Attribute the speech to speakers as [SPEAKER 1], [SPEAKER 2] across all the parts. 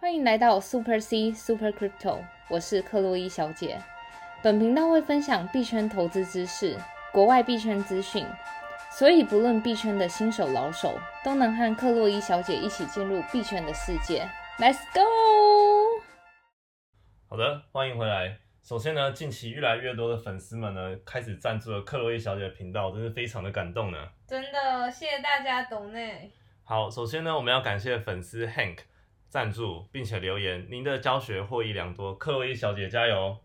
[SPEAKER 1] 欢迎来到 Super C Super Crypto，我是克洛伊小姐。本频道会分享币圈投资知识、国外币圈资讯，所以不论币圈的新手老手，都能和克洛伊小姐一起进入币圈的世界。Let's go！
[SPEAKER 2] 好的，欢迎回来。首先呢，近期越来越多的粉丝们呢，开始赞助了克洛伊小姐的频道，真是非常的感动呢。
[SPEAKER 3] 真的，谢谢大家懂内。
[SPEAKER 2] 好，首先呢，我们要感谢粉丝 Hank 赞助，并且留言，您的教学获益良多，克洛伊小姐加油！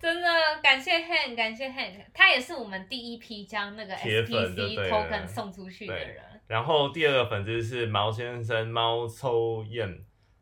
[SPEAKER 3] 真的感谢 Han，感谢 Han，他也是我们第一批将那个
[SPEAKER 2] 铁粉就
[SPEAKER 3] SPC
[SPEAKER 2] 对了
[SPEAKER 3] token 送出去的
[SPEAKER 2] 对
[SPEAKER 3] 人。
[SPEAKER 2] 然后第二个粉丝是毛先生猫抽燕，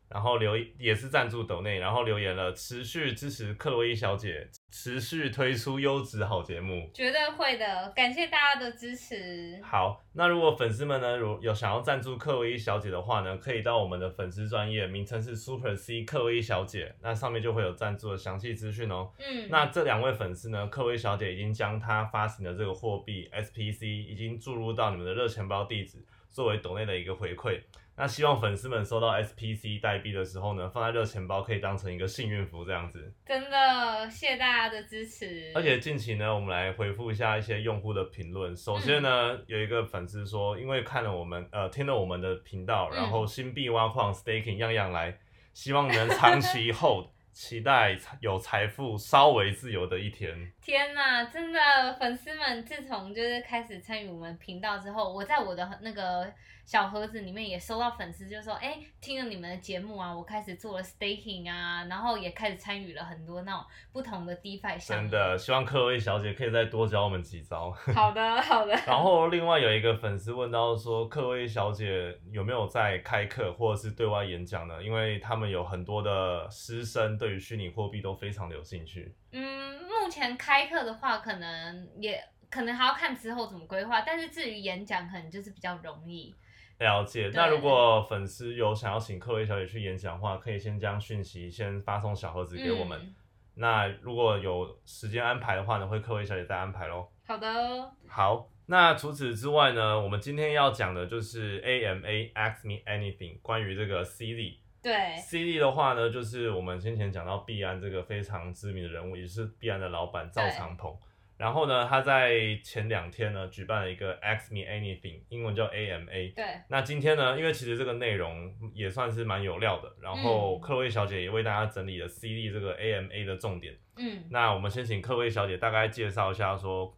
[SPEAKER 2] 然后留也是赞助抖内，然后留言了，持续支持克洛伊小姐，持续推出优质好节目。
[SPEAKER 3] 绝对会的，感谢大家的支持。
[SPEAKER 2] 好，那如果粉丝们呢，如有想要赞助克洛伊小姐的话呢，可以到我们的粉丝专业，名称是 Super C 克洛伊小姐，那上面就会有赞助的详细资讯哦。
[SPEAKER 3] 嗯，
[SPEAKER 2] 那这两位粉丝呢，克洛伊小姐已经将她发行的这个货币 SPC 已经注入到你们的热钱包地址，作为抖内的一个回馈。那希望粉丝们收到 SPC 代币的时候呢，放在热钱包可以当成一个幸运符这样子。
[SPEAKER 3] 真的谢谢大家的支持。
[SPEAKER 2] 而且近期呢，我们来回复一下一些用户的评论。首先呢，有一个粉丝说，因为看了我们呃听了我们的频道，
[SPEAKER 3] 嗯
[SPEAKER 2] 然后新币挖矿 staking 样样来，希望能长期 hold，期待有财富稍微自由的一天。
[SPEAKER 3] 天呐，真的粉丝们，自从就是开始参与我们频道之后，我在我的那个小盒子里面也收到粉丝就说，哎、听了你们的节目啊，我开始做了 staking 啊，然后也开始参与了很多那种不同的 DeFi 项
[SPEAKER 2] 真
[SPEAKER 3] 目。
[SPEAKER 2] 的， 希望克洛伊小姐可以再多教我们几招。
[SPEAKER 3] 好的，好的。
[SPEAKER 2] 然后另外有一个粉丝问到说，克洛伊小姐有没有在开课或者是对外演讲呢？因为他们有很多的师生对于虚拟货币都非常的有兴趣。
[SPEAKER 3] 嗯，目前开课的话，可能也可能还要看之后怎么规划，但是至于演讲，可能就是比较容易。
[SPEAKER 2] 了解。
[SPEAKER 3] 对
[SPEAKER 2] 那如果粉丝有想要请克洛伊小姐去演讲的话，可以先将讯息先发送小盒子给我们。
[SPEAKER 3] 嗯
[SPEAKER 2] 那如果有时间安排的话呢，会克洛伊小姐再安排喽。
[SPEAKER 3] 好的，哦
[SPEAKER 2] 好，那除此之外呢，我们今天要讲的就是 AMA Ask Me Anything 关于这个 C D。
[SPEAKER 3] 对，
[SPEAKER 2] C D 的话呢，就是我们先前讲到币安这个非常知名的人物，也是币安的老板赵
[SPEAKER 3] 对
[SPEAKER 2] 长鹏。然后呢，他在前两天呢举办了一个 Ask Me Anything，英文叫 AMA。
[SPEAKER 3] 对，
[SPEAKER 2] 那今天呢，因为其实这个内容也算是蛮有料的，然后
[SPEAKER 3] 嗯
[SPEAKER 2] 克洛伊小姐也为大家整理了 CD 这个 AMA 的重点。
[SPEAKER 3] 嗯，
[SPEAKER 2] 那我们先请克洛伊小姐大概介绍一下，说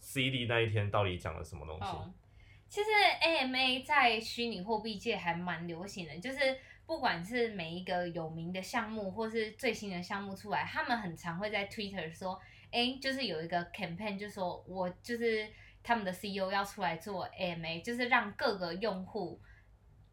[SPEAKER 2] CD 那一天到底讲了什么东西？
[SPEAKER 3] 哦，其实 AMA 在虚拟货币界还蛮流行的，就是不管是每一个有名的项目，或是最新的项目出来，他们很常会在 Twitter 说，哎，就是有一个 campaign，就说我就是他们的 CEO 要出来做 AMA，就是让各个用户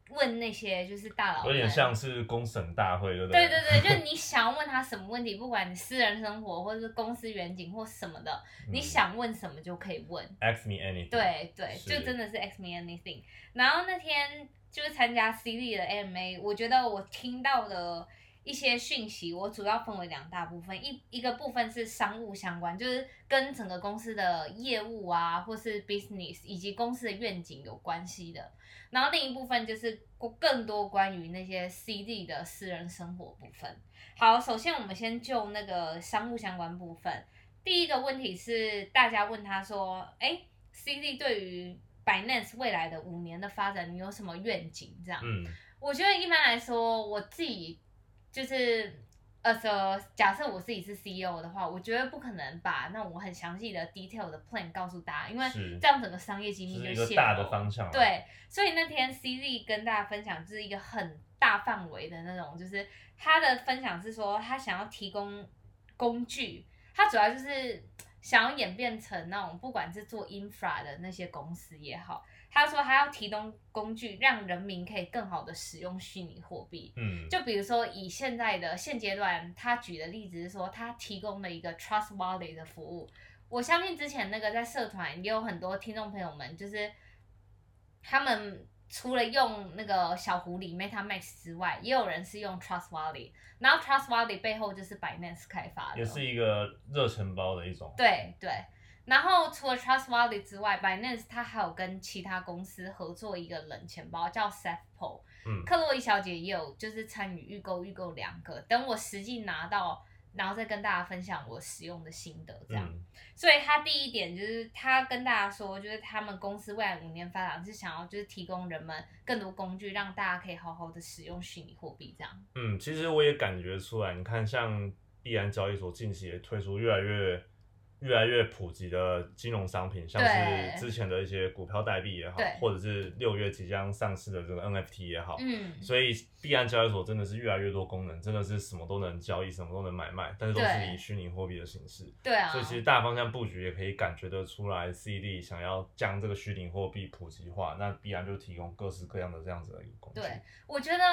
[SPEAKER 3] 问那些就是大佬们，
[SPEAKER 2] 有点像是公审大会，对不
[SPEAKER 3] 对
[SPEAKER 2] 对
[SPEAKER 3] 对对，就是你想要问他什么问题，不管你私人生活或者是公司远景或什么的，你
[SPEAKER 2] 嗯
[SPEAKER 3] 想问什么就可以问。
[SPEAKER 2] Ask Me Anything。
[SPEAKER 3] 对对，
[SPEAKER 2] 是
[SPEAKER 3] 就真的是 X Me Anything。然后那天就是参加 C D 的 AMA，我觉得我听到的一些讯息，我主要分为两大部分，一一个部分是商务相关，就是跟整个公司的业务啊，或是 business 以及公司的愿景有关系的。然后另一部分就是更多关于那些 C D 的私人生活部分。好，首先我们先就那个商务相关部分。第一个问题是，大家问他说：“哎、c d 对于 Binance 未来的五年的发展，你有什么愿景？”这样，
[SPEAKER 2] 嗯，
[SPEAKER 3] 我觉得一般来说，我自己就是 as a 假设我自己是 CEO 的话，我觉得不可能把那种很详细的 detail 的 plan 告诉大家，因为
[SPEAKER 2] 是
[SPEAKER 3] 这样整个商业机
[SPEAKER 2] 就
[SPEAKER 3] 密
[SPEAKER 2] 是
[SPEAKER 3] 就
[SPEAKER 2] 一
[SPEAKER 3] 泄
[SPEAKER 2] 个
[SPEAKER 3] 露
[SPEAKER 2] 大的方向。，啊
[SPEAKER 3] 对，所以那天 C Z 跟大家分享就是一个很大范围的那种，就是他的分享是说他想要提供工具，他主要就是想要演变成那种不管是做 infra 的那些公司也好，他说他要提供工具让人民可以更好的使用虚拟货币。
[SPEAKER 2] 嗯，
[SPEAKER 3] 就比如说，以现在的现阶段，他举的例子是说，他提供了一个 Trust Wallet 的服务。我相信之前那个在社团也有很多听众朋友们，就是他们除了用那个小狐狸 MetaMask 之外，也有人是用 Trust Wallet。然后 Trust Wallet 背后就是 Binance 开发的，
[SPEAKER 2] 也是一个热钱包的一种。
[SPEAKER 3] 对对。然后除了 Trust Wallet 之外，Binance 它还有跟其他公司合作一个冷钱包叫 s e f p o
[SPEAKER 2] 嗯
[SPEAKER 3] 克洛伊小姐也有就是参与预购，预购两个，等我实际拿到，然后再跟大家分享我使用的心得，这样。
[SPEAKER 2] 嗯
[SPEAKER 3] 所以他第一点就是他跟大家说，就是他们公司未来五年发展是想要就是提供人们更多工具，让大家可以好好的使用虚拟货币这样。
[SPEAKER 2] 嗯，其实我也感觉出来，你看像币安交易所近期也推出越来越越来越普及的金融商品，像
[SPEAKER 3] 对
[SPEAKER 2] 是之前的一些股票代币也好
[SPEAKER 3] 对，
[SPEAKER 2] 或者是六月即将上市的这个 NFT 也好，
[SPEAKER 3] 嗯，
[SPEAKER 2] 所以币安交易所真的是越来越多功能，真的是什么都能交易，什么都能买卖，但是都
[SPEAKER 3] 对
[SPEAKER 2] 是以虚拟货币的形式。
[SPEAKER 3] 对啊
[SPEAKER 2] 所以，其实大方向布局也可以感觉得出来，CD 想要将这个虚拟货币普及化，那必然就提供各式各样的这样子的一个工具。
[SPEAKER 3] 对我觉得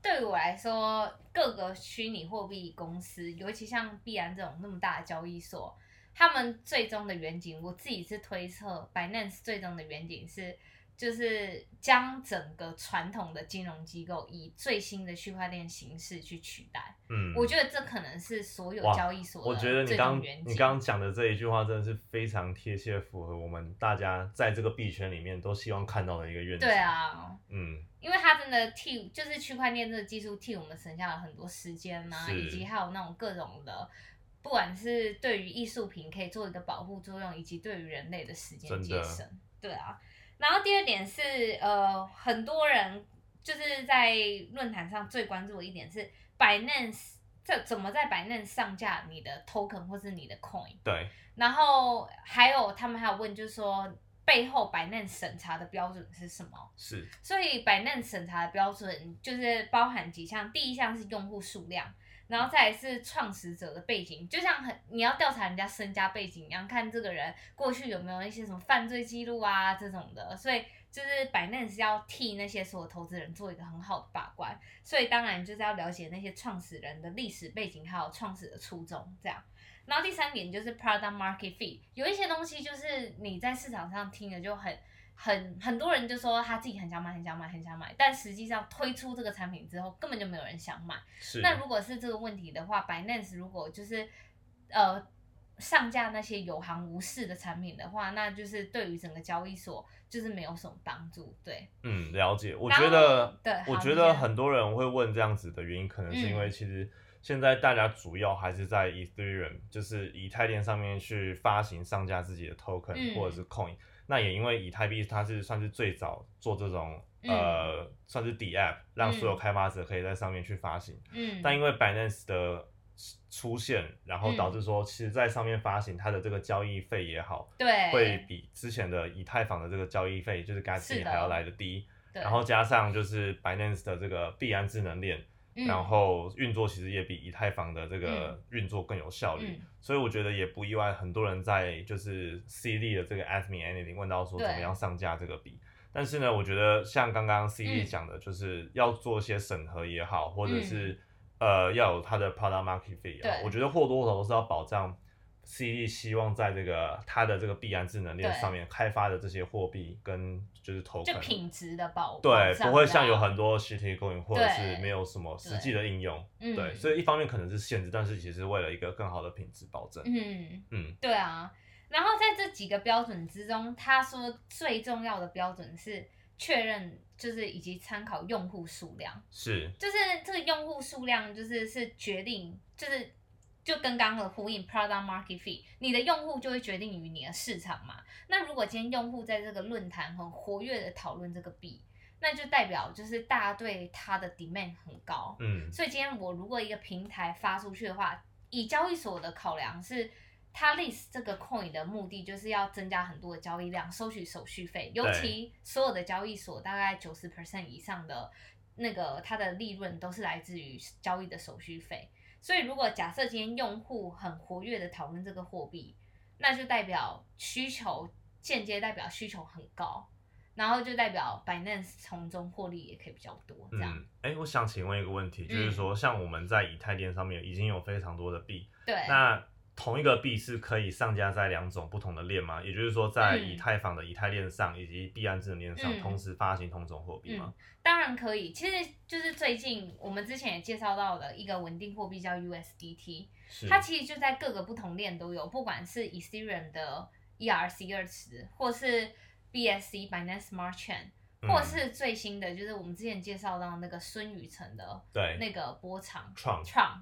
[SPEAKER 3] 对我来说，各个虚拟货币公司，尤其像币安这种那么大的交易所，他们最终的远景，我自己是推测，Binance 最终的远景是，就是将整个传统的金融机构以最新的区块链形式去取代。
[SPEAKER 2] 嗯，
[SPEAKER 3] 我觉得这可能是所有
[SPEAKER 2] 哇
[SPEAKER 3] 交易所
[SPEAKER 2] 我
[SPEAKER 3] 的
[SPEAKER 2] 觉得你
[SPEAKER 3] 最
[SPEAKER 2] 刚
[SPEAKER 3] 终原
[SPEAKER 2] 你
[SPEAKER 3] 景
[SPEAKER 2] 刚刚讲的这一句话真的是非常贴切，符合我们大家在这个币圈里面都希望看到的一个愿景。
[SPEAKER 3] 对，啊，
[SPEAKER 2] 嗯，
[SPEAKER 3] 因为它真的替就是区块链这个技术替我们省下了很多时间呐、
[SPEAKER 2] 是
[SPEAKER 3] 以及还有那种各种的，不管是对于艺术品可以做一个保护作用，以及对于人类的时间
[SPEAKER 2] 真
[SPEAKER 3] 节
[SPEAKER 2] 的
[SPEAKER 3] 省。对啊，然后第二点是呃，很多人就是在论坛上最关注的一点是 Binance 这怎么在 Binance 上架你的 token 或是你的 coin。
[SPEAKER 2] 对，
[SPEAKER 3] 然后还有他们还有问，就是说背后 Binance 审查的标准是什么？
[SPEAKER 2] 是，
[SPEAKER 3] 所以 Binance 审查的标准就是包含几项，第一项是用户数量，然后再来是创始者的背景，就像很你要调查人家身家背景一样，看这个人过去有没有一些什么犯罪记录啊这种的，所以。就是 Binance 要替那些所有投资人做一个很好的把关，所以当然就是要了解那些创始人的历史背景，还有创始的初衷这样。然后第三点就是 product market fit，有一些东西就是你在市场上听的就很很很多人就说他自己很想买很想买很想买，但实际上推出这个产品之后根本就没有人想买。
[SPEAKER 2] 是，
[SPEAKER 3] 那如果是这个问题的话，Binance 如果就是呃上架那些有行无市的产品的话，那就是对于整个交易所就是没有什么帮助。对，
[SPEAKER 2] 嗯，了解。我
[SPEAKER 3] 然后
[SPEAKER 2] 觉得，
[SPEAKER 3] 对
[SPEAKER 2] 我
[SPEAKER 3] 好
[SPEAKER 2] 觉
[SPEAKER 3] 你
[SPEAKER 2] 得
[SPEAKER 3] 先
[SPEAKER 2] 很多人会问这样子的原因，可能是因为
[SPEAKER 3] 嗯
[SPEAKER 2] 其实现在大家主要还是在 Ethereum，就是以太链上面去发行上架自己的 token、
[SPEAKER 3] 嗯
[SPEAKER 2] 或者是 coin。那也因为以太币它是算是最早做这种、
[SPEAKER 3] 嗯
[SPEAKER 2] 呃，算是抵 app，让所有
[SPEAKER 3] 嗯
[SPEAKER 2] 开发者可以在上面去发行。
[SPEAKER 3] 嗯，
[SPEAKER 2] 但因为 Binance 的出现，然后
[SPEAKER 3] 嗯
[SPEAKER 2] 导致说，其实在上面发行它的这个交易费也好，
[SPEAKER 3] 对
[SPEAKER 2] 会比之前的以太坊的这个交易费，就是 Gas
[SPEAKER 3] 哎是的
[SPEAKER 2] 还要来的低。
[SPEAKER 3] 对
[SPEAKER 2] 然后加上就是 Binance 的这个币安智能链，
[SPEAKER 3] 嗯
[SPEAKER 2] 然后运作其实也比以太坊的这个运作更有效率，
[SPEAKER 3] 嗯
[SPEAKER 2] 所以我觉得也不意外，很多人在就是 CD 的这个 Ask Me Anything 问到说
[SPEAKER 3] 对
[SPEAKER 2] 怎么样上架这个币。但是呢，我觉得像刚刚 CD
[SPEAKER 3] 嗯
[SPEAKER 2] 讲的，就是要做一些审核也好，或者
[SPEAKER 3] 嗯
[SPEAKER 2] 是、呃要有它的 product market fit 也好
[SPEAKER 3] 对，
[SPEAKER 2] 我觉得或多或少都是要保障 CD 希望在这个它的这个币安智能链
[SPEAKER 3] 对
[SPEAKER 2] 上面开发的这些货币跟就是投
[SPEAKER 3] 就
[SPEAKER 2] 肯。
[SPEAKER 3] 品质的保
[SPEAKER 2] 对，不会像有
[SPEAKER 3] 很。
[SPEAKER 2] 很多实体供应或者
[SPEAKER 3] 对
[SPEAKER 2] 是没有什么实际的应用，
[SPEAKER 3] 嗯
[SPEAKER 2] 对，所以一方面可能是限制，但是其实为了一个更好的品质保证，
[SPEAKER 3] 嗯
[SPEAKER 2] 嗯，
[SPEAKER 3] 对啊。然后在这几个标准之中，他说最重要的标准是确认，就是以及参考用户数量，
[SPEAKER 2] 是，
[SPEAKER 3] 就是这个用户数量就是是决定，就是就跟刚刚的呼应 product market fit，你的用户就会决定于你的市场嘛。那如果今天用户在这个论坛很活跃的讨论这个币，那就代表就是大家对它的 demand 很高，
[SPEAKER 2] 嗯，
[SPEAKER 3] 所以今天我如果一个平台发出去的话，以交易所的考量是，它 list 这个 coin 的目的就是要增加很多的交易量，收取手续费，尤其所有的交易所大概九十 percent 以上的那个它的利润都是来自于交易的手续费。所以如果假设今天用户很活跃的讨论这个货币，那就代表需求间接代表需求很高。然后就代表 Binance 从中获利也可以比较多，这样、嗯
[SPEAKER 2] 嗯，哎，我想请问一个问题，就是说，像我们在以太链上面已经有非常多的币，
[SPEAKER 3] 对。
[SPEAKER 2] 那同一个币是可以上架在两种不同的链吗？也就是说，在
[SPEAKER 3] 嗯
[SPEAKER 2] 以太坊的以太链上以及币安智能链上
[SPEAKER 3] 嗯
[SPEAKER 2] 同时发行同种货币吗？
[SPEAKER 3] 当然可以，其实就是最近我们之前也介绍到的一个稳定货币叫 USDT，
[SPEAKER 2] 是，
[SPEAKER 3] 嗯它其实就在各个不同链都有，不管是 E Ethereum 的 ERC 二十，或是 BSC Binance Smart Chain，或者
[SPEAKER 2] 嗯
[SPEAKER 3] 是最新的就是我们之前介绍到那个孙宇晨的
[SPEAKER 2] 对
[SPEAKER 3] 那个波长
[SPEAKER 2] 创，
[SPEAKER 3] 创，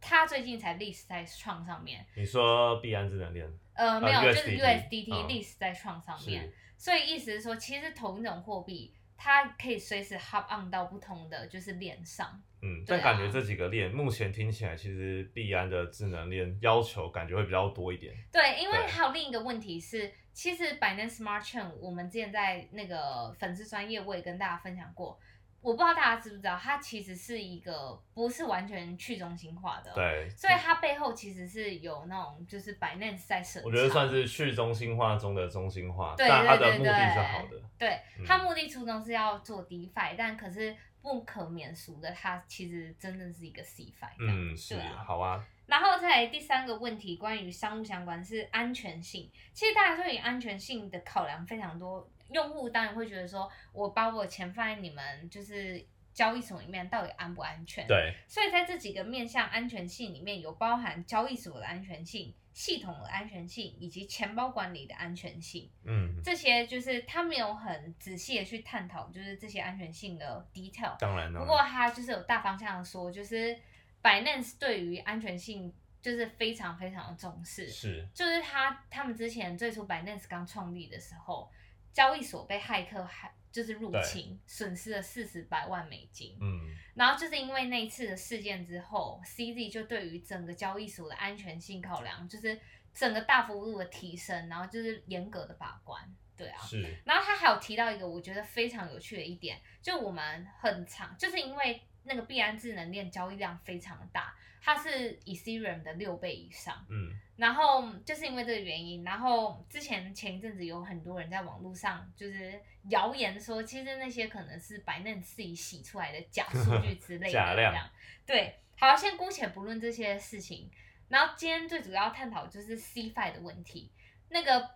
[SPEAKER 3] 他最近才 list 在创上面，
[SPEAKER 2] 你说币安智能链
[SPEAKER 3] 呃，没有，就是
[SPEAKER 2] USDT
[SPEAKER 3] USDT
[SPEAKER 2] 嗯
[SPEAKER 3] list 在创上面
[SPEAKER 2] 是，
[SPEAKER 3] 所以意思是说，其实同一种货币。它可以随时 hop on 到不同的就是链上，
[SPEAKER 2] 嗯，
[SPEAKER 3] 对
[SPEAKER 2] 但
[SPEAKER 3] 啊
[SPEAKER 2] 感觉这几个链目前听起来，其实币安的智能链要求感觉会比较多一点。
[SPEAKER 3] 对，因为
[SPEAKER 2] 对
[SPEAKER 3] 还有另一个问题是，其实百能 Smart Chain 我们之前在那个粉丝专业我也跟大家分享过，我不知道大家知不知道，它其实是一个不是完全去中心化的，，
[SPEAKER 2] 对，
[SPEAKER 3] 所以它背后其实是有那种就是百能在审查，
[SPEAKER 2] 我觉得算是去中心化中的中心化，
[SPEAKER 3] 对
[SPEAKER 2] 但它的
[SPEAKER 3] 对对
[SPEAKER 2] 目的是
[SPEAKER 3] 对
[SPEAKER 2] 好的。
[SPEAKER 3] 对
[SPEAKER 2] 嗯，
[SPEAKER 3] 它目的初衷是要做 DeFi，、但可是不可免俗的，它其实真正是一个 CFi 这样。
[SPEAKER 2] 嗯，是
[SPEAKER 3] 对，啊
[SPEAKER 2] 好啊，
[SPEAKER 3] 然后再来第三个问题，关于商务相关是安全性。其实大家对于安全性的考量非常多，用户当然会觉得说，我把我钱放在你们就是交易所里面，到底安不安全？。
[SPEAKER 2] 对，
[SPEAKER 3] 所以在这几个面向安全性里面，有包含交易所的安全性、系统的安全性以及钱包管理的安全性。
[SPEAKER 2] 嗯，
[SPEAKER 3] 这些就是他没有很仔细的去探讨，就是这些安全性的 detail。
[SPEAKER 2] 当然
[SPEAKER 3] 不
[SPEAKER 2] 了，
[SPEAKER 3] 过他就是有大方向地说，就是 Binance 对于安全性就是非常非常的重视，
[SPEAKER 2] 是，
[SPEAKER 3] 就是他他们之前最初 Binance 刚创立的时候，交易所被骇客害就是入侵，损失了四十百万美金。
[SPEAKER 2] 嗯，
[SPEAKER 3] 然后就是因为那一次的事件之后，CZ 就对于整个交易所的安全性考量，就是整个大幅度的提升，然后就是严格的把关，对啊。
[SPEAKER 2] 是，
[SPEAKER 3] 然后他还有提到一个我觉得非常有趣的一点，就我们很常就是因为那个币安智能链交易量非常大，它是 Ethereum 的六倍以上。
[SPEAKER 2] 嗯，
[SPEAKER 3] 然后就是因为这个原因，然后之前前一阵子有很多人在网络上就是谣言说，其实那些可能是白嫩自己洗出来的假数据之类的，
[SPEAKER 2] 假量
[SPEAKER 3] 这样。对，好，先姑且不论这些事情。然后今天最主要探讨就是 CFI 的问题。那个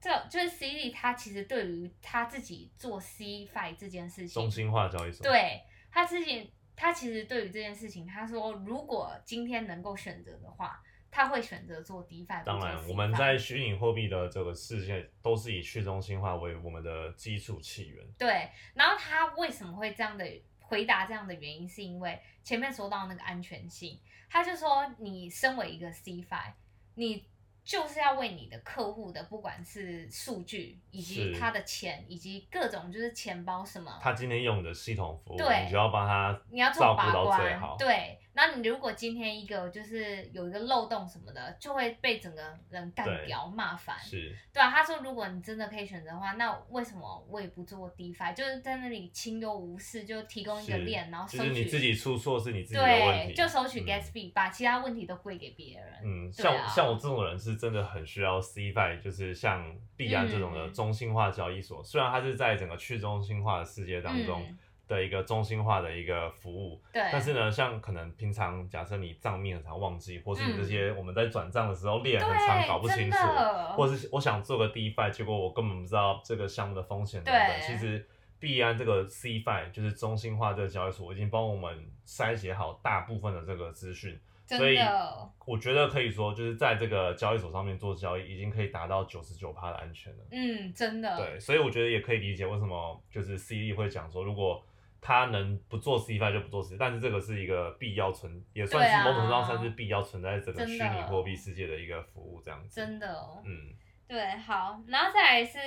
[SPEAKER 3] 这就是 C D 他其实对于他自己做 CFI 这件事情，
[SPEAKER 2] 中心化交易所，，
[SPEAKER 3] 对他自己，他其实对于这件事情，他说如果今天能够选择的话，他会选择做 DeFi 不做 CFI。
[SPEAKER 2] 当然，我们在虚拟货币的这个世界，都是以去中心化为我们的基础起源。
[SPEAKER 3] 对，然后他为什么会这样的回答这样的原因，是因为前面说到那个安全性，他就说你身为一个 CFI，你就是要为你的客户的不管是数据以及
[SPEAKER 2] 是
[SPEAKER 3] 他的钱以及各种就是钱包什么，
[SPEAKER 2] 他今天用你的系统服务，
[SPEAKER 3] 对
[SPEAKER 2] 你就要帮他，
[SPEAKER 3] 你要做
[SPEAKER 2] 照
[SPEAKER 3] 把
[SPEAKER 2] 顾到最
[SPEAKER 3] 关
[SPEAKER 2] 好，。
[SPEAKER 3] 对。那你如果今天一个就是有一个漏洞什么的，就会被整个人干
[SPEAKER 2] 对
[SPEAKER 3] 掉，骂烦。
[SPEAKER 2] 是，
[SPEAKER 3] 对啊，他说如果你真的可以选择的话，那为什么我也不做 DeFi？就是在那里清幽无视，就提供一个
[SPEAKER 2] 是
[SPEAKER 3] 链，然后收
[SPEAKER 2] 就
[SPEAKER 3] 取
[SPEAKER 2] 是你自己出错是你自己的问
[SPEAKER 3] 对，
[SPEAKER 2] 题，
[SPEAKER 3] 就收取
[SPEAKER 2] 嗯
[SPEAKER 3] gas 费、把其他问题都归给别人。
[SPEAKER 2] 嗯，
[SPEAKER 3] 对
[SPEAKER 2] 像我、
[SPEAKER 3] 啊
[SPEAKER 2] 像我这种人是真的很需要 CFI，就是像币安这种的
[SPEAKER 3] 嗯
[SPEAKER 2] 中心化交易所，虽然它是在整个去中心化的世界当中
[SPEAKER 3] 嗯
[SPEAKER 2] 的一个中心化的一个服务，
[SPEAKER 3] 对，
[SPEAKER 2] 但是呢，像可能平常假设你账面很常忘记，或是你这些我们在转账的时候列很常搞不
[SPEAKER 3] 嗯对，
[SPEAKER 2] 清
[SPEAKER 3] 真
[SPEAKER 2] 楚，
[SPEAKER 3] 的，
[SPEAKER 2] 或是我想做个 DeFi，结果我根本不知道这个项目的风险等等。
[SPEAKER 3] 对
[SPEAKER 2] 其实币安这个 CFI 就是中心化这个交易所，已经帮我们筛选好大部分的这个资讯。
[SPEAKER 3] 真
[SPEAKER 2] 所以
[SPEAKER 3] 的，
[SPEAKER 2] 我觉得可以说，就是在这个交易所上面做交易，已经可以达到九十九趴的安全了。
[SPEAKER 3] 嗯，真的，
[SPEAKER 2] 对，所以我觉得也可以理解为什么就是 C D 会讲说，如果他能不做 C E f i 就不做 C，但是这个是一个必要存，也算
[SPEAKER 3] 对
[SPEAKER 2] 是
[SPEAKER 3] 啊
[SPEAKER 2] 某种程度上算是必要存在这个
[SPEAKER 3] 真
[SPEAKER 2] 虚
[SPEAKER 3] 的
[SPEAKER 2] 拟货币世界的一个服务，这样子。
[SPEAKER 3] 真的哦，
[SPEAKER 2] 嗯，
[SPEAKER 3] 对，好，然后再来是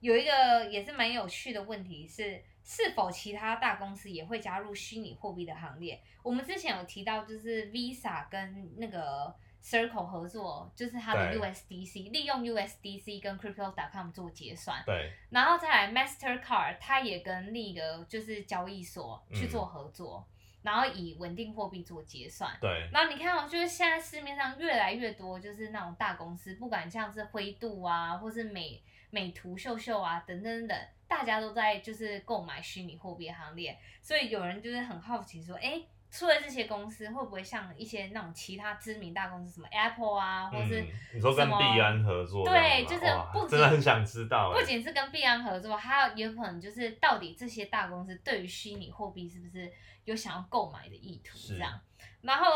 [SPEAKER 3] 有一个也是蛮有趣的问题是，是否其他大公司也会加入虚拟货币的行列？我们之前有提到，就是 Visa 跟那个 Circle 合作，就是它的
[SPEAKER 2] 对
[SPEAKER 3] USDC，利用 USDC 跟 Crypto.com 做结算，
[SPEAKER 2] 对，
[SPEAKER 3] 然后再来 Mastercard，它也跟另一个就是交易所去做合作，然后以稳定货币做结算。
[SPEAKER 2] 对，
[SPEAKER 3] 然后你看哦，就是现在市面上越来越多，就是那种大公司，不管像是灰度啊，或是美美图秀秀啊，等等等等，大家都在就是购买虚拟货币的行列，所以有人就是很好奇说，哎，除了这些公司，会不会像一些那种其他知名大公司，什么 Apple 啊，或是、
[SPEAKER 2] 嗯，你说跟
[SPEAKER 3] 什么
[SPEAKER 2] 币安合作这样
[SPEAKER 3] 对
[SPEAKER 2] 子吗，
[SPEAKER 3] 就是
[SPEAKER 2] 哇
[SPEAKER 3] 不仅
[SPEAKER 2] 真的很想知道欸，
[SPEAKER 3] 不仅是跟币安合作，还有有可能就是到底这些大公司对于虚拟货币是不是有想要购买的意图
[SPEAKER 2] 是
[SPEAKER 3] 这样。然后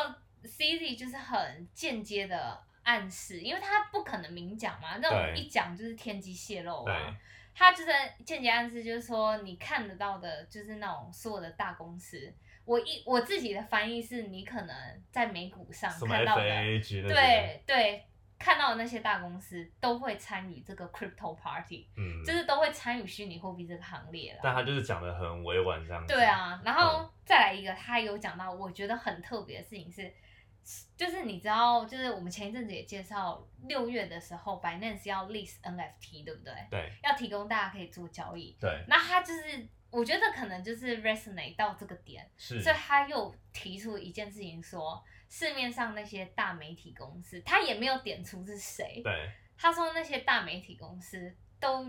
[SPEAKER 3] CZ 就是很间接的暗示，因为他不可能明讲嘛，那种
[SPEAKER 2] 对
[SPEAKER 3] 一讲就是天机泄露
[SPEAKER 2] 对
[SPEAKER 3] 啊。他就是间接暗示，就是说你看得到的，就是那种所有的大公司。我一我自己的翻译是你可能在美股上
[SPEAKER 2] 什么
[SPEAKER 3] 看到的
[SPEAKER 2] FAAG 那些，
[SPEAKER 3] 对对，看到的那些大公司都会参与这个 crypto party，、
[SPEAKER 2] 嗯，
[SPEAKER 3] 就是都会参与虚拟货币这个行列
[SPEAKER 2] 但
[SPEAKER 3] 了。
[SPEAKER 2] 他就是讲的很委婉这样子。
[SPEAKER 3] 对，啊，然后
[SPEAKER 2] 嗯
[SPEAKER 3] 再来一个，他有讲到我觉得很特别的事情是，就是你知道，就是我们前一阵子也介绍，六月的时候，Binance 要 list NFT，对不对？
[SPEAKER 2] 对
[SPEAKER 3] 要提供大家可以做交易。
[SPEAKER 2] 对
[SPEAKER 3] 那他就是，我觉得可能就是 resonate 到这个点，
[SPEAKER 2] 是
[SPEAKER 3] 所以他又提出一件事情说，市面上那些大媒体公司，他也没有点出是谁，
[SPEAKER 2] 对
[SPEAKER 3] 他说那些大媒体公司都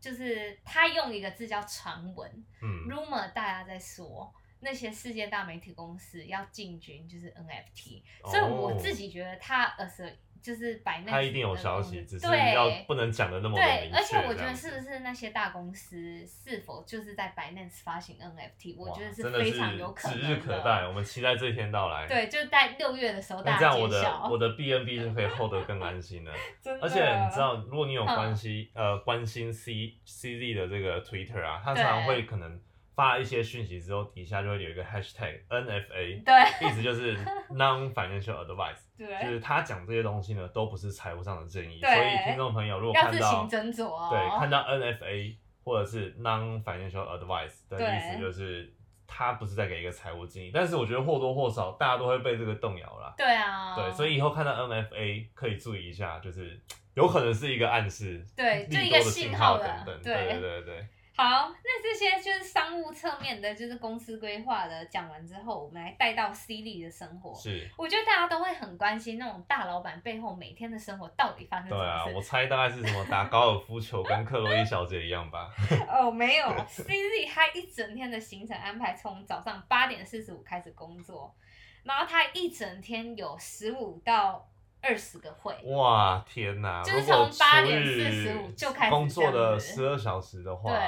[SPEAKER 3] 就是他用一个字叫传闻
[SPEAKER 2] 嗯
[SPEAKER 3] rumor，大家在说。那些世界大媒体公司要进军就是 NFT，、
[SPEAKER 2] 哦
[SPEAKER 3] 所以我自己觉得他呃是就是百内
[SPEAKER 2] 他一定有消息，只是
[SPEAKER 3] 对
[SPEAKER 2] 要不能讲的那么的
[SPEAKER 3] 对，
[SPEAKER 2] 明确
[SPEAKER 3] 而且我
[SPEAKER 2] 这
[SPEAKER 3] 觉
[SPEAKER 2] 样
[SPEAKER 3] 得
[SPEAKER 2] 子
[SPEAKER 3] 是不是那些大公司是否就是在 Binance 发行 NFT，我
[SPEAKER 2] 哇
[SPEAKER 3] 觉得
[SPEAKER 2] 真的
[SPEAKER 3] 非常有可能
[SPEAKER 2] 指日可待，。我们期待这一天到来。，
[SPEAKER 3] 对，就在六月的时候大
[SPEAKER 2] 那这
[SPEAKER 3] 家
[SPEAKER 2] 样我
[SPEAKER 3] 揭
[SPEAKER 2] 的
[SPEAKER 3] 晓
[SPEAKER 2] 我。的 B N B 就可以获得更安心了。
[SPEAKER 3] 真的嗯
[SPEAKER 2] 而且你知，道，如果你有关系呃关心 C C Z 的这个 Twitter 啊，他常
[SPEAKER 3] 对
[SPEAKER 2] 常会可能发一些讯息之后，底下就会有一个 Hashtag N F A，
[SPEAKER 3] 对
[SPEAKER 2] 意思就是 Non Financial Advice，就
[SPEAKER 3] 对，
[SPEAKER 2] 是他讲这些东西呢，都不是财务上的建议。所
[SPEAKER 3] 对
[SPEAKER 2] 以听众朋友如果
[SPEAKER 3] 要
[SPEAKER 2] 看
[SPEAKER 3] 自
[SPEAKER 2] 到
[SPEAKER 3] 行斟酌哦。
[SPEAKER 2] 对，看到 NFA 或者是 non financial advice 的
[SPEAKER 3] 对
[SPEAKER 2] 意思就是，他不是在给一个财务建议，但是我觉得或多或少大家都会被这个动摇啦。
[SPEAKER 3] 对啊，
[SPEAKER 2] 对，所以以后看到 NFA 可以注意一下，就是有可能是一个暗示，
[SPEAKER 3] 对就
[SPEAKER 2] 利
[SPEAKER 3] 一
[SPEAKER 2] 多
[SPEAKER 3] 个
[SPEAKER 2] 的
[SPEAKER 3] 信
[SPEAKER 2] 号
[SPEAKER 3] 号
[SPEAKER 2] 等
[SPEAKER 3] 了
[SPEAKER 2] 等。
[SPEAKER 3] 对
[SPEAKER 2] 对对对，
[SPEAKER 3] 好，那这些就是商务侧面的，就是公司规划的，讲完之后，我们来带到 C 利的生活。
[SPEAKER 2] 是。
[SPEAKER 3] 我觉得大家都会很关心那种大老板背后每天的生活到底发生什
[SPEAKER 2] 对
[SPEAKER 3] 么
[SPEAKER 2] 啊，
[SPEAKER 3] 事。
[SPEAKER 2] 我猜大概是什么打高尔夫球跟克洛伊小姐一样吧。
[SPEAKER 3] 哦，没有 c z 他一整天的行程安排从早上八点四十五开始工作，然后他一整天有十五到二十个会，
[SPEAKER 2] 哇，天哪！
[SPEAKER 3] 就是
[SPEAKER 2] 如果
[SPEAKER 3] 从8
[SPEAKER 2] 除
[SPEAKER 3] 点
[SPEAKER 2] 以
[SPEAKER 3] 45就开始
[SPEAKER 2] 工
[SPEAKER 3] 这
[SPEAKER 2] 作
[SPEAKER 3] 样
[SPEAKER 2] 的
[SPEAKER 3] 子
[SPEAKER 2] 十二小时的话，
[SPEAKER 3] 对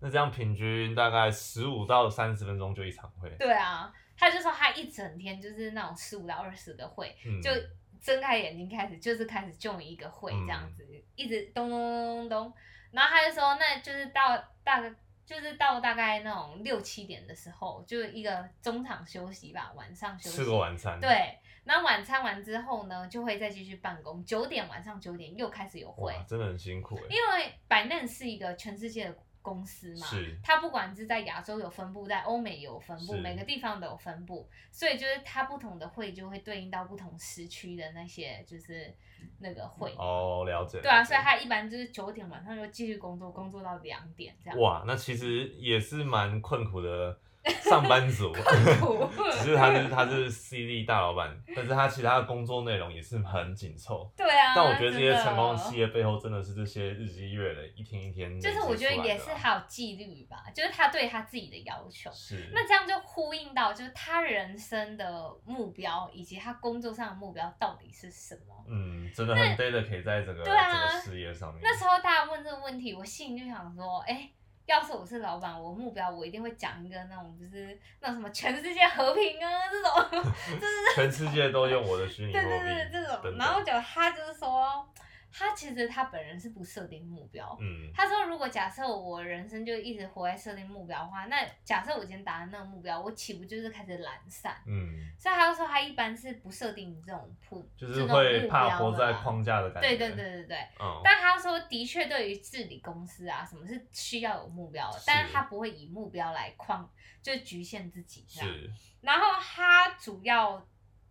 [SPEAKER 2] 那这样平均大概十五到三十分钟就一场会，
[SPEAKER 3] 对啊，他就说他一整天就是那种十五到二十个会，
[SPEAKER 2] 嗯，
[SPEAKER 3] 就睁开眼睛开始就是开始就一个会这
[SPEAKER 2] 嗯
[SPEAKER 3] 样子，一直咚咚咚咚咚，然后他就说那就是到大概。就是到大概那种六七点的时候，就一个中场休息吧，晚上休息。
[SPEAKER 2] 吃个晚餐，，
[SPEAKER 3] 对，那晚餐完之后呢，就会再继续办公，九点晚上九点又开始有
[SPEAKER 2] 哇
[SPEAKER 3] 会，，
[SPEAKER 2] 真的很辛苦哎，
[SPEAKER 3] 因为百嫩是一个全世界的公司嘛。
[SPEAKER 2] 是
[SPEAKER 3] 它不管是在亚洲有分布，在欧美有分布，
[SPEAKER 2] 是
[SPEAKER 3] 每个地方都有分布，所以就是它不同的会就会对应到不同时区的那些就是那个会，
[SPEAKER 2] 哦，了解，
[SPEAKER 3] 对啊，
[SPEAKER 2] 了解
[SPEAKER 3] 所以它一般就是九点晚上就继续工作，工作到两点这样。
[SPEAKER 2] 哇，那其实也是蛮困 苦的上班族，
[SPEAKER 3] 苦
[SPEAKER 2] 只是他是他是 CD 大老板，但是他其他的工作内容也是很紧凑。
[SPEAKER 3] 对啊，
[SPEAKER 2] 但我觉得这
[SPEAKER 3] 真
[SPEAKER 2] 些
[SPEAKER 3] 的哦
[SPEAKER 2] 成功的企业背后真的是这些日积月累，一天一天累积
[SPEAKER 3] 就
[SPEAKER 2] 出
[SPEAKER 3] 是
[SPEAKER 2] 来的啊，
[SPEAKER 3] 我觉得也是还有纪律吧，就是他对他自己的要求。
[SPEAKER 2] 是
[SPEAKER 3] 那这样就呼应到，就是他人生的目标以及他工作上的目标到底是什么？
[SPEAKER 2] 嗯，真的很 d 的可以在整个
[SPEAKER 3] 对啊
[SPEAKER 2] 整个事业上面，
[SPEAKER 3] 那时候大家问这个问题，我心里就想说，哎、要是我是老板，我目标我一定会讲一个那种就是那种什么全世界和平啊这种，
[SPEAKER 2] 全世界都用我的虚拟货
[SPEAKER 3] 对对
[SPEAKER 2] 币，
[SPEAKER 3] 对这
[SPEAKER 2] 等
[SPEAKER 3] 种。
[SPEAKER 2] 等
[SPEAKER 3] 然后就他就是说，他其实他本人是不设定目标，
[SPEAKER 2] 嗯，
[SPEAKER 3] 他说：“如果假设我人生就一直活在设定目标的话，那假设我今天达到那个目标，我岂不就是开始懒散？
[SPEAKER 2] 嗯，
[SPEAKER 3] 所以他就说他一般是不设定这种普，
[SPEAKER 2] 就是
[SPEAKER 3] 这种
[SPEAKER 2] 会
[SPEAKER 3] 目
[SPEAKER 2] 怕
[SPEAKER 3] 标
[SPEAKER 2] 活
[SPEAKER 3] 的
[SPEAKER 2] 在
[SPEAKER 3] 啦
[SPEAKER 2] 框架的感觉。
[SPEAKER 3] 对对对，对对。
[SPEAKER 2] 嗯，
[SPEAKER 3] 但他说，的确对于治理公司啊，什么是需要有目标的，
[SPEAKER 2] 是
[SPEAKER 3] 但是他不会以目标来框，就局限自己这样。
[SPEAKER 2] 是
[SPEAKER 3] 然后他主要。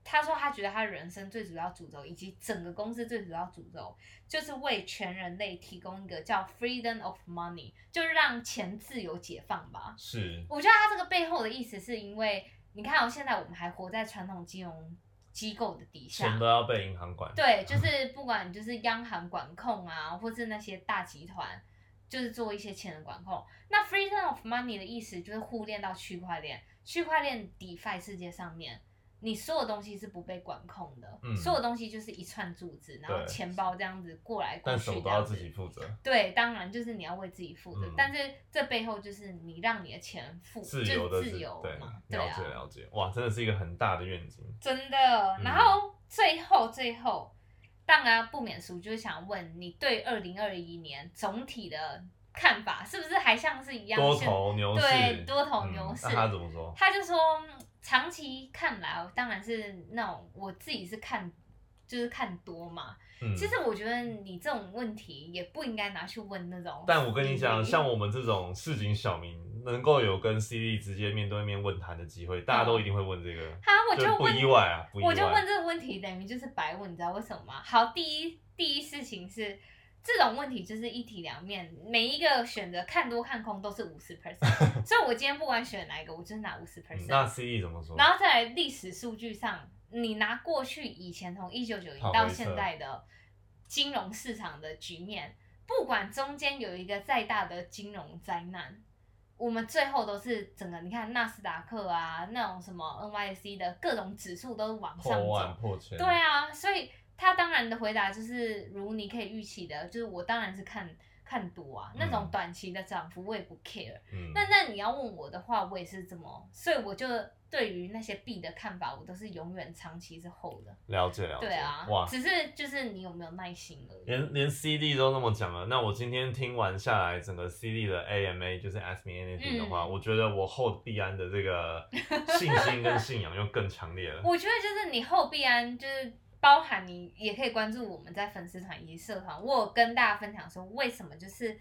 [SPEAKER 3] 他说，他觉得他人生最主要主轴，以及整个公司最主要主轴，就是为全人类提供一个叫 freedom of money，就是让钱自由解放吧。
[SPEAKER 2] 是，
[SPEAKER 3] 我觉得他这个背后的意思，是因为你看、哦，现在我们还活在传统金融机构的底下，
[SPEAKER 2] 钱都要被银行管。
[SPEAKER 3] 对，就是不管就是央行管控啊，或是那些大集团，就是做一些钱的管控。那 freedom of money 的意思就是互链到区块链，区块链 DeFi 世界上面，你所有东西是不被管控的，
[SPEAKER 2] 嗯
[SPEAKER 3] 所有东西就是一串柱子，然后
[SPEAKER 2] 对
[SPEAKER 3] 钱包这样子过来过
[SPEAKER 2] 但
[SPEAKER 3] 去
[SPEAKER 2] 手
[SPEAKER 3] 这
[SPEAKER 2] 都要
[SPEAKER 3] 样
[SPEAKER 2] 自
[SPEAKER 3] 子。
[SPEAKER 2] 己负责，
[SPEAKER 3] 对，当然就是你要为自己负责，
[SPEAKER 2] 嗯
[SPEAKER 3] 但是这背后就是你让你的钱付，
[SPEAKER 2] 自由的
[SPEAKER 3] 就是自由
[SPEAKER 2] 对
[SPEAKER 3] 嘛，，对
[SPEAKER 2] 了
[SPEAKER 3] 啊
[SPEAKER 2] 解，了解，哇，真的是一个很大的愿景，
[SPEAKER 3] 真的。
[SPEAKER 2] 嗯
[SPEAKER 3] 然后最后最后，当然不免俗，就是想问你对二零二一年总体的看法，是不是还像是一样
[SPEAKER 2] 多
[SPEAKER 3] 是
[SPEAKER 2] 头牛市，
[SPEAKER 3] 对多头牛
[SPEAKER 2] 嗯
[SPEAKER 3] 市
[SPEAKER 2] 那他怎么说？
[SPEAKER 3] 他就说，嗯长期看来，我当然是那种我自己是看，就是看多嘛。
[SPEAKER 2] 嗯，
[SPEAKER 3] 其实我觉得你这种问题也不应该拿去问那种。
[SPEAKER 2] 但我跟你
[SPEAKER 3] 嗯
[SPEAKER 2] 讲，像我们这种市井小民，能够有跟 C D 直接面对面问谈的机会，大家都一定会问这个，
[SPEAKER 3] 哈，我就
[SPEAKER 2] 就不
[SPEAKER 3] 问
[SPEAKER 2] 意外啊，不意外。
[SPEAKER 3] 我就问这个问题，等于就是白问，你知道为什么吗？好，第一第一事情是这种问题就是一体两面，每一个选择看多看空都是五十 percent，所以我今天不管选哪一个，我就是拿五十
[SPEAKER 2] 嗯那
[SPEAKER 3] percent。
[SPEAKER 2] C D 怎么说？
[SPEAKER 3] 然后再来历史数据上，你拿过去以前从一九九零
[SPEAKER 2] 好
[SPEAKER 3] 到
[SPEAKER 2] 没错
[SPEAKER 3] 现在的金融市场的局面，不管中间有一个再大的金融灾难，我们最后都是整个你看纳斯达克啊那种什么 NYC 的各种指数都是往上
[SPEAKER 2] 破万
[SPEAKER 3] 走，
[SPEAKER 2] 破千，
[SPEAKER 3] 对啊，所以他当然的回答就是如你可以预期的，就是我当然是看看多啊，那种
[SPEAKER 2] 嗯
[SPEAKER 3] 短期的涨幅我也不 care。
[SPEAKER 2] 嗯，
[SPEAKER 3] 那那你要问我的话，我也是这么，所以我就对于那些币的看法，我都是永远长期是厚的。
[SPEAKER 2] 了解了解，
[SPEAKER 3] 对啊
[SPEAKER 2] 哇，，
[SPEAKER 3] 只是就是你有没有耐心而已。
[SPEAKER 2] 连连 CD 都那么讲了，那我今天听完下来，整个 CD 的 AMA 就是 Ask Me Anything 的话，
[SPEAKER 3] 嗯
[SPEAKER 2] 我觉得我后币安的这个信心跟信仰又更强烈了。
[SPEAKER 3] 我觉得就是你后必安就是。包含你也可以关注我们在粉丝团以及社团，我有跟大家分享说为什么就是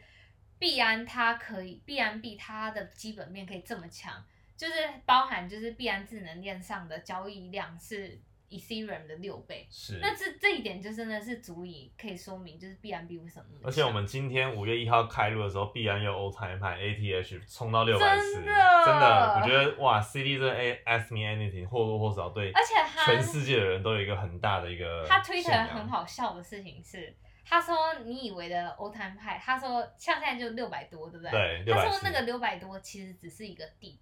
[SPEAKER 3] 币安它可以币安币它的基本面可以这么强，就是包含就是币安智能链上的交易量是 Ethereum 的六倍，
[SPEAKER 2] 是，
[SPEAKER 3] 那这这一点就真的是足以可以说明，就是 B M B 为什么那么强。
[SPEAKER 2] 而且我们今天五月一号开录的时候，必然有 all time high ATH 冲到六百四，
[SPEAKER 3] 真的
[SPEAKER 2] 真的，我觉得哇，CD 这 A 哎 Ask Me Anything 或多或少对
[SPEAKER 3] 而且他
[SPEAKER 2] 全世界的人都有一个很大的一个
[SPEAKER 3] 他推特
[SPEAKER 2] 信仰
[SPEAKER 3] 很，好笑的事情是，他说你以为的 all time high，他说像现在就六百多，对不对？
[SPEAKER 2] 对，六
[SPEAKER 3] 他
[SPEAKER 2] 百
[SPEAKER 3] 说
[SPEAKER 2] 四
[SPEAKER 3] 那，个六百多其实只是一个 deep，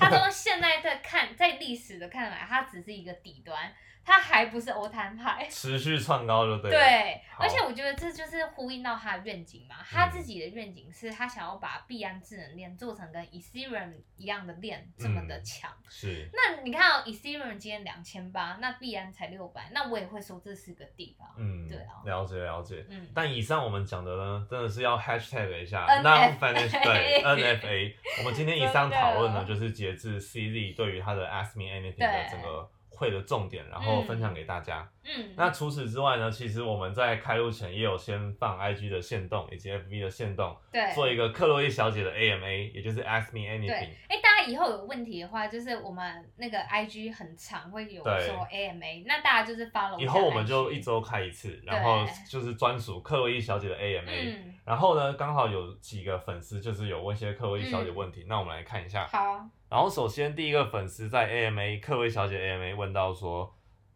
[SPEAKER 3] 他说现在在看在历史的看来，它只是一个底端，它还不是 all time high。
[SPEAKER 2] 持续创高就对了，
[SPEAKER 3] 对，
[SPEAKER 2] 好嗯
[SPEAKER 3] 而且我觉得这就是呼应到他的愿景嘛。他自己的愿景是他想要把币安智能链做成跟 Ethereum 一样的链，这么的
[SPEAKER 2] 嗯
[SPEAKER 3] 强。
[SPEAKER 2] 是
[SPEAKER 3] 那你看、哦、，Ethereum 今天两千八，那必然才六百，那我也会说这是个地方。
[SPEAKER 2] 嗯，
[SPEAKER 3] 对啊
[SPEAKER 2] 了解了解。
[SPEAKER 3] 嗯，
[SPEAKER 2] 但以上我们讲的呢，真的是要 hashtag 一下
[SPEAKER 3] NFA
[SPEAKER 2] non financial 对 NFA。我们今天以上讨论呢，
[SPEAKER 3] 真的
[SPEAKER 2] 就是截至 CZ 对于他的 Ask Me Anything 的
[SPEAKER 3] 对
[SPEAKER 2] 整个会的重点，然后分享给大家。
[SPEAKER 3] 嗯，
[SPEAKER 2] 那除此之外呢，其实我们在开录前也有先放 IG 的限动以及 FB 的限动，
[SPEAKER 3] 对，
[SPEAKER 2] 做一个克洛伊小姐的 AMA，也就是 Ask Me
[SPEAKER 3] 对，
[SPEAKER 2] Anything。
[SPEAKER 3] 哎、大家以后有问题的话，就是我们那个 IG 很长，会有
[SPEAKER 2] 对
[SPEAKER 3] 说 AMA，那大家就是 follow
[SPEAKER 2] 以后我们
[SPEAKER 3] 下
[SPEAKER 2] 就
[SPEAKER 3] IG
[SPEAKER 2] 一，周开一次，然后
[SPEAKER 3] 对
[SPEAKER 2] 就是专属克洛伊小姐的 AMA。
[SPEAKER 3] 嗯，
[SPEAKER 2] 然后呢，刚好有几个粉丝就是有问一些克洛伊小姐
[SPEAKER 3] 嗯
[SPEAKER 2] 问题，那我们来看一下。
[SPEAKER 3] 好，啊
[SPEAKER 2] 然后首先第一个粉丝在 AMA 克洛伊小姐 AMA 问到说，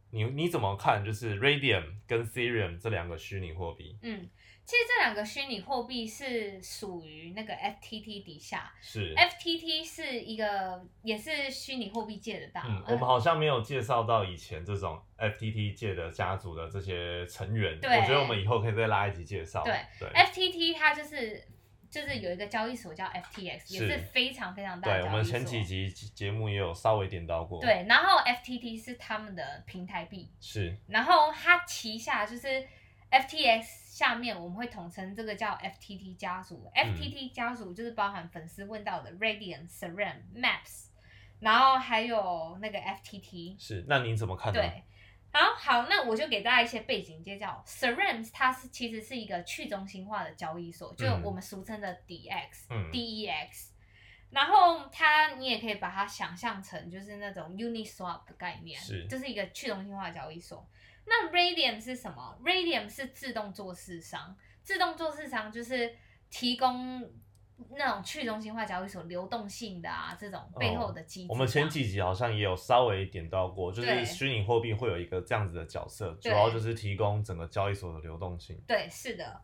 [SPEAKER 2] 你你怎么看就是 Radium 跟 Serum 这两个虚拟货币？
[SPEAKER 3] 嗯，其实这两个虚拟货币是属于那个 FTT 底下
[SPEAKER 2] 是，
[SPEAKER 3] ，FTT 是一个也是虚拟货币界的大呃佬，
[SPEAKER 2] 嗯，我们好像没有介绍到以前这种 FTT 界的家族的这些成员，
[SPEAKER 3] 对
[SPEAKER 2] 我觉得我们以后可以再拉一集介绍。
[SPEAKER 3] 对
[SPEAKER 2] 对
[SPEAKER 3] FTT 它就是就是有一个交易所叫 FTX，
[SPEAKER 2] 是
[SPEAKER 3] 也是非常非常大的
[SPEAKER 2] 对，
[SPEAKER 3] 交易所。
[SPEAKER 2] 我们前几集节目也有稍微点到过。，
[SPEAKER 3] 对，然后 FTT 是他们的平台币，
[SPEAKER 2] 是，
[SPEAKER 3] 然后它旗下就是 FTX 下面我们会统称这个叫 FTT 家族。FTT 家族就是包含粉丝问到的 Radiant、Serum、Maps，然后还有那个 FTT。
[SPEAKER 2] 是。那你怎么看呢？
[SPEAKER 3] 对，然后好，那我就给大家一些背景介绍。Serums 它是其实是一个去中心化的交易所，就
[SPEAKER 2] 嗯
[SPEAKER 3] 我们俗称的 DX、
[SPEAKER 2] 嗯
[SPEAKER 3] DEX。然后它，你也可以把它想象成就是那种 Uniswap 的概念，
[SPEAKER 2] 是
[SPEAKER 3] 就是一个去中心化的交易所。那 Radium 是什么？Radium 是自动做市商，自动做市商就是提供那种去中心化交易所流动性的啊，这种背后的机制、啊
[SPEAKER 2] 哦我们前几集好像也有稍微点到过，就
[SPEAKER 3] 对
[SPEAKER 2] 是虚拟货币会有一个这样子的角色，主
[SPEAKER 3] 对
[SPEAKER 2] 要就是提供整个交易所的流动性。
[SPEAKER 3] 对，是的，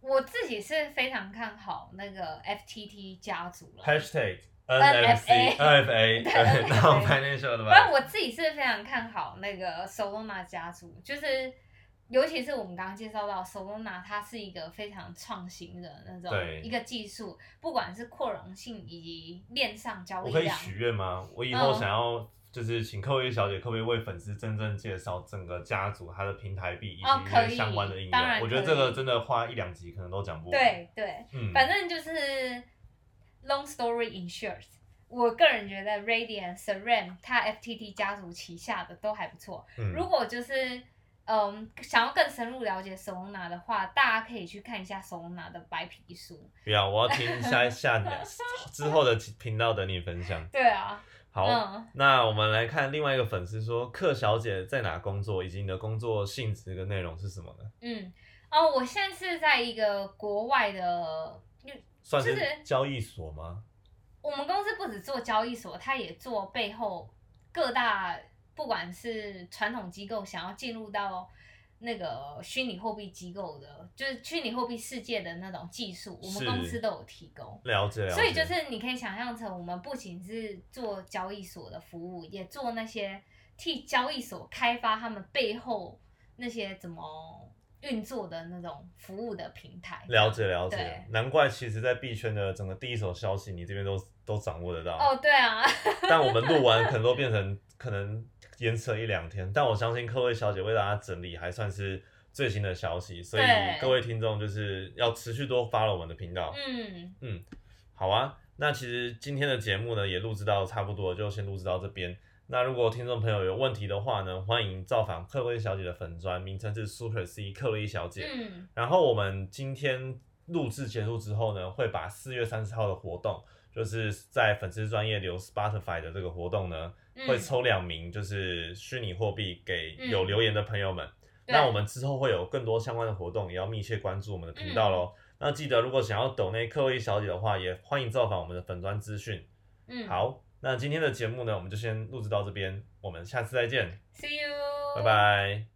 [SPEAKER 3] 我自己是非常看好那个 FTT 家族了。
[SPEAKER 2] Hashtag
[SPEAKER 3] NFA
[SPEAKER 2] NFA，
[SPEAKER 3] 对
[SPEAKER 2] 然后 financial 的
[SPEAKER 3] 不然我自己是非常看好那个 Solana 家族，就是尤其是我们刚刚介绍到 Solana，它是一个非常创新的那
[SPEAKER 2] 对
[SPEAKER 3] 种一个技术，不管是扩容性以及链上交
[SPEAKER 2] 我
[SPEAKER 3] 易
[SPEAKER 2] 可以
[SPEAKER 3] 量。
[SPEAKER 2] 许愿吗？我以后想要就是请克薇小姐，可不可以为粉丝真正介绍整个家族它的平台币以及
[SPEAKER 3] 哦
[SPEAKER 2] 一
[SPEAKER 3] 可
[SPEAKER 2] 些
[SPEAKER 3] 以
[SPEAKER 2] 相关的应用？
[SPEAKER 3] 当然
[SPEAKER 2] 我觉得
[SPEAKER 3] 可
[SPEAKER 2] 这个
[SPEAKER 3] 以
[SPEAKER 2] 真的花一两集可能都讲不完。，
[SPEAKER 3] 对对，
[SPEAKER 2] 嗯，
[SPEAKER 3] 反正就是 long story in short，我个人觉得 Radiant、Seram 它 FTT 家族旗下的都还不错。
[SPEAKER 2] 嗯
[SPEAKER 3] 如果就是嗯想要更深入了解 Solana 的话，大家可以去看一下 Solana 的白皮书。
[SPEAKER 2] 不要，我要听下下之后的频道等你分享。
[SPEAKER 3] 对啊，
[SPEAKER 2] 好，
[SPEAKER 3] 嗯，
[SPEAKER 2] 那我们来看另外一个粉丝说，克小姐在哪工作，以及你的工作性质跟内容是什么呢？
[SPEAKER 3] 嗯，哦，我现在是在一个国外的，
[SPEAKER 2] 算是
[SPEAKER 3] 就是
[SPEAKER 2] 交易所吗？
[SPEAKER 3] 我们公司不只做交易所，它也做背后各大不管是传统机构想要进入到那个虚拟货币机构的，就是虚拟货币世界的那种技术，我们
[SPEAKER 2] 是
[SPEAKER 3] 公司都有提供。
[SPEAKER 2] 了解，了解
[SPEAKER 3] 所以就是你可以想象成，我们不仅是做交易所的服务，也做那些替交易所开发他们背后那些怎么运作的那种服务的平台。
[SPEAKER 2] 了解了
[SPEAKER 3] 对
[SPEAKER 2] 解，难怪其实，在币圈的整个第一手消息，你这边都都掌握得到。
[SPEAKER 3] 哦，对啊，
[SPEAKER 2] 但我们录完可能都变成可能延迟了一两天，但我相信各位小姐为大家整理还算是最新的消息，所以
[SPEAKER 3] 对
[SPEAKER 2] 各位听众就是要持续多 follow 我们的频道。
[SPEAKER 3] 嗯，
[SPEAKER 2] 好啊，那其实今天的节目呢也录制到差不多了，就先录制到这边。那如果听众朋友有问题的话呢，欢迎造访克洛伊小姐的粉砖，名称是 Super C 克洛伊小姐。
[SPEAKER 3] 嗯，
[SPEAKER 2] 然后我们今天录制结束之后呢，会把四月三十号的活动，就是在粉丝专业留 Spotify 的这个活动呢，
[SPEAKER 3] 嗯
[SPEAKER 2] 会抽两名就是虚拟货币给
[SPEAKER 3] 嗯
[SPEAKER 2] 有留言的朋友们。
[SPEAKER 3] 对
[SPEAKER 2] 那我们之后会有更多相关的活动，也要密切关注我们的频道
[SPEAKER 3] 嗯
[SPEAKER 2] 喽。那记得如果想要抖内克位小姐的话，也欢迎造访我们的粉专资讯。
[SPEAKER 3] 嗯，
[SPEAKER 2] 好，那今天的节目呢，我们就先录制到这边，我们下次再见，
[SPEAKER 3] ，See you，
[SPEAKER 2] 拜。拜。